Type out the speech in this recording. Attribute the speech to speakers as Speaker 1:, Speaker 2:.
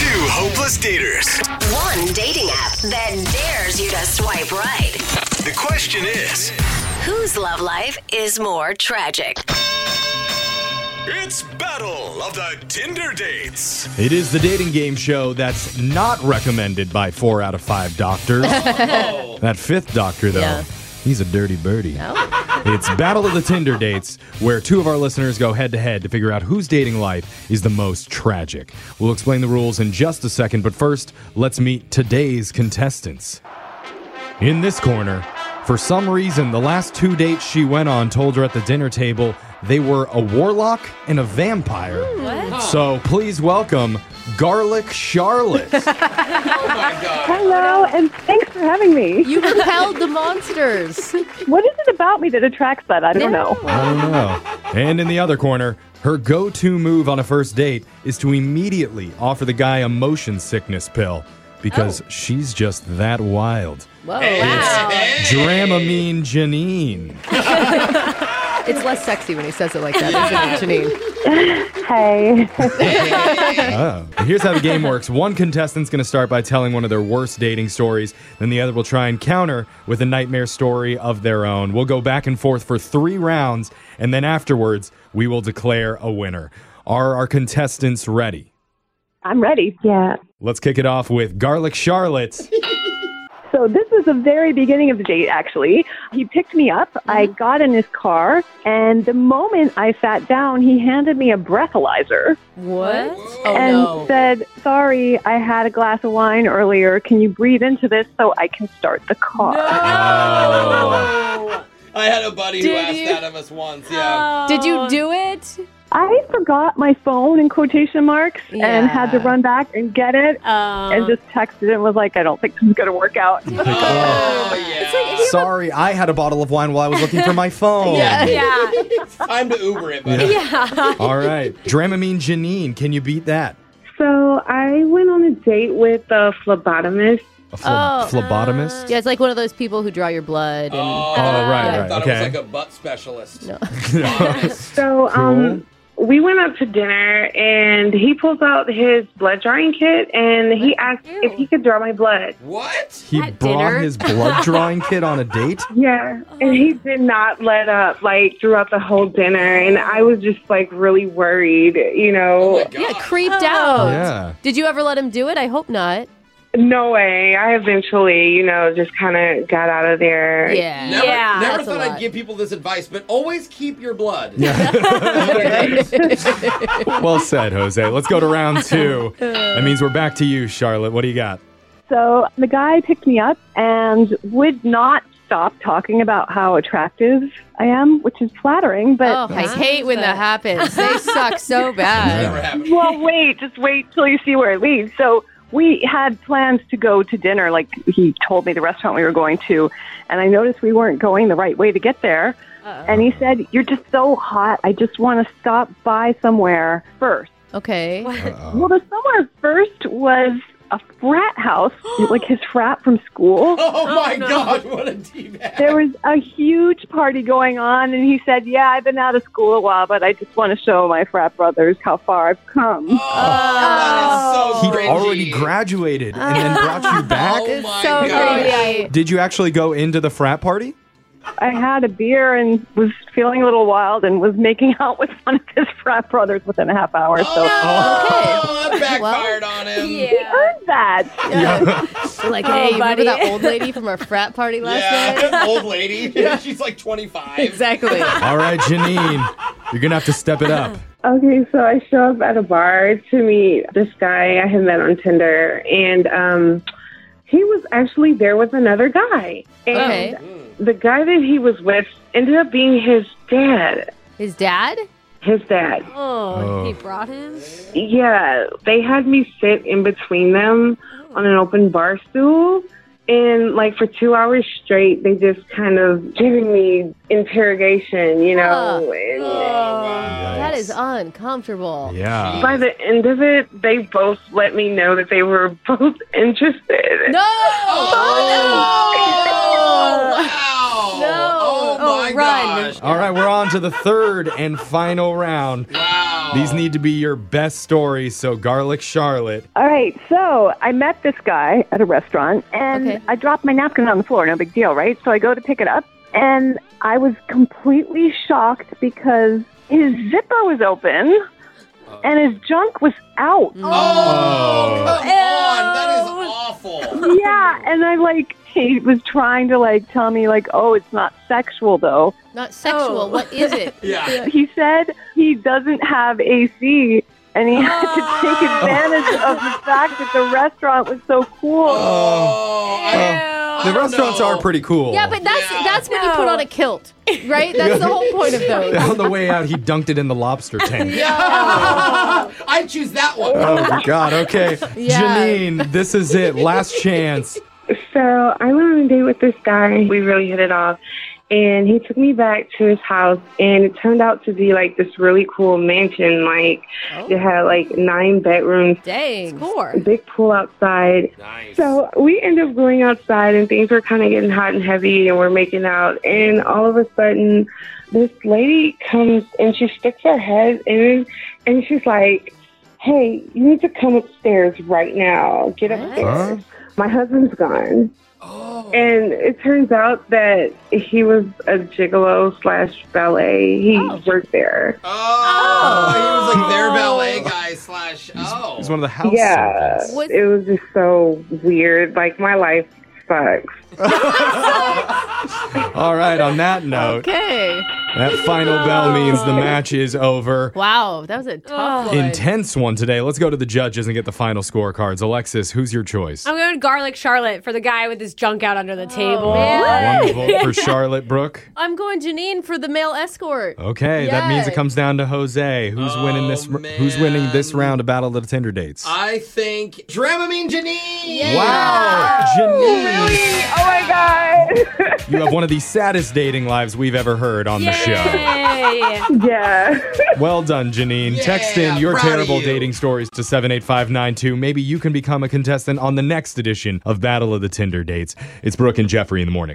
Speaker 1: Worthless daters.
Speaker 2: One dating app that dares you to swipe right.
Speaker 1: The question is,
Speaker 2: Whose love life is more tragic?
Speaker 1: it's battle of the Tinder dates.
Speaker 3: It is the dating game show that's not recommended by four out of five doctors. that fifth doctor, though,
Speaker 4: Yeah.
Speaker 3: he's a dirty birdie. It's Battle of the Tinder Dates, where two of our listeners go head to head to figure out whose dating life is the most tragic. We'll explain the rules in just a second, but first, let's meet today's contestants. In this corner, for some reason, the last two dates she went on told her at the dinner table they were a warlock and a vampire. So please welcome Garlic Charlotte.
Speaker 5: Hello, and thanks for having me.
Speaker 4: You repelled the monsters.
Speaker 5: What is it about me that attracts that? I don't know.
Speaker 3: I don't know. And in the other corner, her go to move on a first date is to immediately offer the guy a motion sickness pill because she's just that wild.
Speaker 4: Whoa. Wow.
Speaker 3: Dramamine Janine.
Speaker 4: It's less sexy when he says it like that, isn't it, Janine?
Speaker 5: Hey,
Speaker 3: Oh. Here's how the game works. One contestant's going to start by telling one of their worst dating stories, then the other will try and counter with a nightmare story of their own. We'll go back and forth for three rounds, and then afterwards, we will declare a winner. Are our contestants ready?
Speaker 5: I'm ready. Yeah.
Speaker 3: Let's kick it off with Garlic Charlotte.
Speaker 5: So this was the very beginning of the date. Actually, he picked me up.
Speaker 4: Mm-hmm.
Speaker 5: I got in his car, and the moment I sat down, he handed me a breathalyzer
Speaker 4: What? Oh,
Speaker 5: and
Speaker 4: no.
Speaker 5: said, "Sorry, I had a glass of wine earlier. Can you breathe into this so I can start the car?"
Speaker 3: Oh.
Speaker 6: I had a buddy who
Speaker 4: Did
Speaker 6: asked
Speaker 4: you?
Speaker 6: that of us once. Yeah.
Speaker 4: Did you do it?
Speaker 5: I forgot my phone in quotation marks
Speaker 4: Yeah.
Speaker 5: and had to run back and get it. and
Speaker 6: Uh-huh.
Speaker 5: just texted and was like, I don't think this is going to work out.
Speaker 6: Oh, yeah.
Speaker 3: Sorry, I had a bottle of wine while I was looking for my phone.
Speaker 4: Yeah.
Speaker 6: Time to Uber it, buddy.
Speaker 3: All right. Dramamine Janine, can you beat that?
Speaker 7: So I went on a date with a phlebotomist.
Speaker 3: A phle-
Speaker 4: Oh.
Speaker 3: phlebotomist?
Speaker 4: Yeah, it's like one of those people who draw your blood. And
Speaker 6: Oh,
Speaker 3: right,
Speaker 6: I
Speaker 3: right,
Speaker 6: thought
Speaker 3: okay.
Speaker 6: it was like a butt specialist.
Speaker 7: So um, we went out to dinner, and he pulls out his blood drawing kit, and he asked if he could draw my blood.
Speaker 6: What?
Speaker 3: He
Speaker 4: At
Speaker 3: brought
Speaker 4: dinner?
Speaker 3: his blood drawing kit on a date?
Speaker 7: Yeah, and he
Speaker 6: Uh-huh.
Speaker 7: did not let up like throughout the whole dinner, and I was just like really worried, you
Speaker 6: Oh my
Speaker 7: know.
Speaker 6: god.
Speaker 4: yeah, creeped out.
Speaker 3: Yeah.
Speaker 4: Did you ever let him do it? I hope not.
Speaker 7: no way. I eventually, you know, just kind of got out of there.
Speaker 4: Yeah.
Speaker 6: Never,
Speaker 4: yeah.
Speaker 6: never
Speaker 4: That's a
Speaker 6: thought I'd
Speaker 4: lot.
Speaker 6: give people this advice, but always keep your blood. Yeah.
Speaker 3: Well said, Jose. Let's go to round two. That means we're back to you, Charlotte. What do you got?
Speaker 5: So the guy picked me up and would not stop talking about how attractive I am, which is flattering, but.
Speaker 4: Oh, I hate when that happens. They suck so bad.
Speaker 6: Never happened.
Speaker 5: Well, wait, just wait till you see where it leads. So we had plans to go to dinner, like he told me the restaurant we were going to, and I noticed we weren't going the right way to get there. And he said, You're just so hot. I just want to stop by somewhere first.
Speaker 4: Okay.
Speaker 5: Well, the somewhere first was a frat house, like his frat from school.
Speaker 6: Oh, my god, what a D-bag.
Speaker 5: There was a huge party going on, and he said, "Yeah, I've been out of school a while, but I just want to show my frat brothers how far I've come."
Speaker 6: Oh, that is so
Speaker 3: He'd
Speaker 6: cringy.
Speaker 3: already graduated and then brought you back?
Speaker 6: Oh
Speaker 4: It's
Speaker 6: my
Speaker 4: so
Speaker 6: god.
Speaker 4: creepy.
Speaker 3: Did you actually go into the frat party?
Speaker 5: I had a beer and was feeling a little wild, and was making out with one of his frat brothers within a half hour. So
Speaker 4: Oh,
Speaker 6: Oh, that backfired on him.
Speaker 5: he earned that.
Speaker 4: Like, hey, remember that old lady from our frat party last night?
Speaker 6: Yeah, old lady. She's like 25.
Speaker 4: Exactly.
Speaker 3: All right, Janine, you're going to have to step it up.
Speaker 7: Okay, so I show up at a bar to meet this guy I had met on Tinder, and um, he was actually there with another guy. And
Speaker 4: Okay.
Speaker 7: the guy that he was with ended up being his dad.
Speaker 4: His dad?
Speaker 7: His dad.
Speaker 3: Oh.
Speaker 7: Yeah, they had me sit in between them on an open bar stool. And like for two hours straight, they just kind of giving me interrogation, you know. and-
Speaker 4: That is uncomfortable.
Speaker 3: Yeah.
Speaker 7: By the end of it, they both let me know that they were both interested.
Speaker 4: No!
Speaker 6: Oh, wow.
Speaker 4: No.
Speaker 6: Oh,
Speaker 4: Oh,
Speaker 6: my
Speaker 4: run.
Speaker 6: gosh.
Speaker 3: All right, we're on to the third and final round.
Speaker 6: Wow.
Speaker 3: These need to be your best stories. So, Garlic Charlotte.
Speaker 5: All right, so I met this guy at a restaurant and
Speaker 4: Okay.
Speaker 5: I dropped my napkin on the floor, no big deal, right? So I go to pick it up and I was completely shocked because his zipper was open and his junk was out.
Speaker 6: Oh, come on. That is
Speaker 8: Ew.
Speaker 6: awful.
Speaker 5: Yeah, and I like he was trying to like tell me like, "Oh, it's not sexual though."
Speaker 4: Not sexual.
Speaker 8: Oh.
Speaker 4: What is it?
Speaker 6: Yeah.
Speaker 5: He said he doesn't have AC and he had to take advantage of the fact that the restaurant was so cool.
Speaker 6: Oh, I-
Speaker 3: The restaurants
Speaker 6: know.
Speaker 3: are pretty cool.
Speaker 4: Yeah, but that's
Speaker 6: Yeah.
Speaker 4: that's when you put
Speaker 8: No.
Speaker 4: on a kilt, right? That's the whole point of those.
Speaker 3: on the way out, he dunked it in the lobster tank.
Speaker 6: I choose that one.
Speaker 3: Oh God. Okay,
Speaker 4: Yeah.
Speaker 3: Janine, this is it. Last chance.
Speaker 7: So I went on a date with this guy. We really hit it off. And he took me back to his house, and it turned out to be like this really cool mansion. Like, it had like nine bedrooms,
Speaker 4: Dang.
Speaker 8: Four.
Speaker 7: big pool outside.
Speaker 6: Nice.
Speaker 7: So we end up going outside, and things were kind of getting hot and heavy, and we're making out. And all of a sudden, this lady comes and she sticks her head in, and she's like, Hey, you need to come upstairs right now. Get upstairs. My husband's gone.
Speaker 6: Oh.
Speaker 7: And it turns out that he was a gigolo slash ballet. He worked there.
Speaker 6: Oh, he was like their ballet guy slash. Oh,
Speaker 3: He's one of the house
Speaker 7: yeah.
Speaker 3: servants.
Speaker 4: What-
Speaker 7: It was just so weird. Like, my life sucks.
Speaker 3: All right. On that note,
Speaker 4: Okay.
Speaker 3: that final bell means the match is over.
Speaker 4: Wow, that was a tough one.
Speaker 3: Intense one today. Let's go to the judges and get the final scorecards. Alexis, who's your choice?
Speaker 8: I'm going to garlic Charlotte for the guy with his junk out under the table.
Speaker 3: Wonderful for Charlotte Brooke.
Speaker 4: Oh, I'm going Janine for the male escort.
Speaker 3: Okay, that means it
Speaker 4: Yay.
Speaker 3: comes down to Jose. Who's winning this?
Speaker 6: Oh,
Speaker 3: Who's winning this
Speaker 6: man.
Speaker 3: round of Battle of the Tinder Dates?
Speaker 6: I think Dramamine Janine.
Speaker 3: Wow, Janine,
Speaker 7: Oh my God.
Speaker 3: you have one of the saddest dating lives we've ever heard on the show.
Speaker 8: Yay.
Speaker 7: yeah.
Speaker 3: Well done, Janine.
Speaker 6: Yeah,
Speaker 3: Text in your
Speaker 6: proud of
Speaker 3: terrible
Speaker 6: you.
Speaker 3: dating stories to 78592. Maybe you can become a contestant on the next edition of Battle of the Tinder Dates. It's Brooke and Jeffrey in the morning.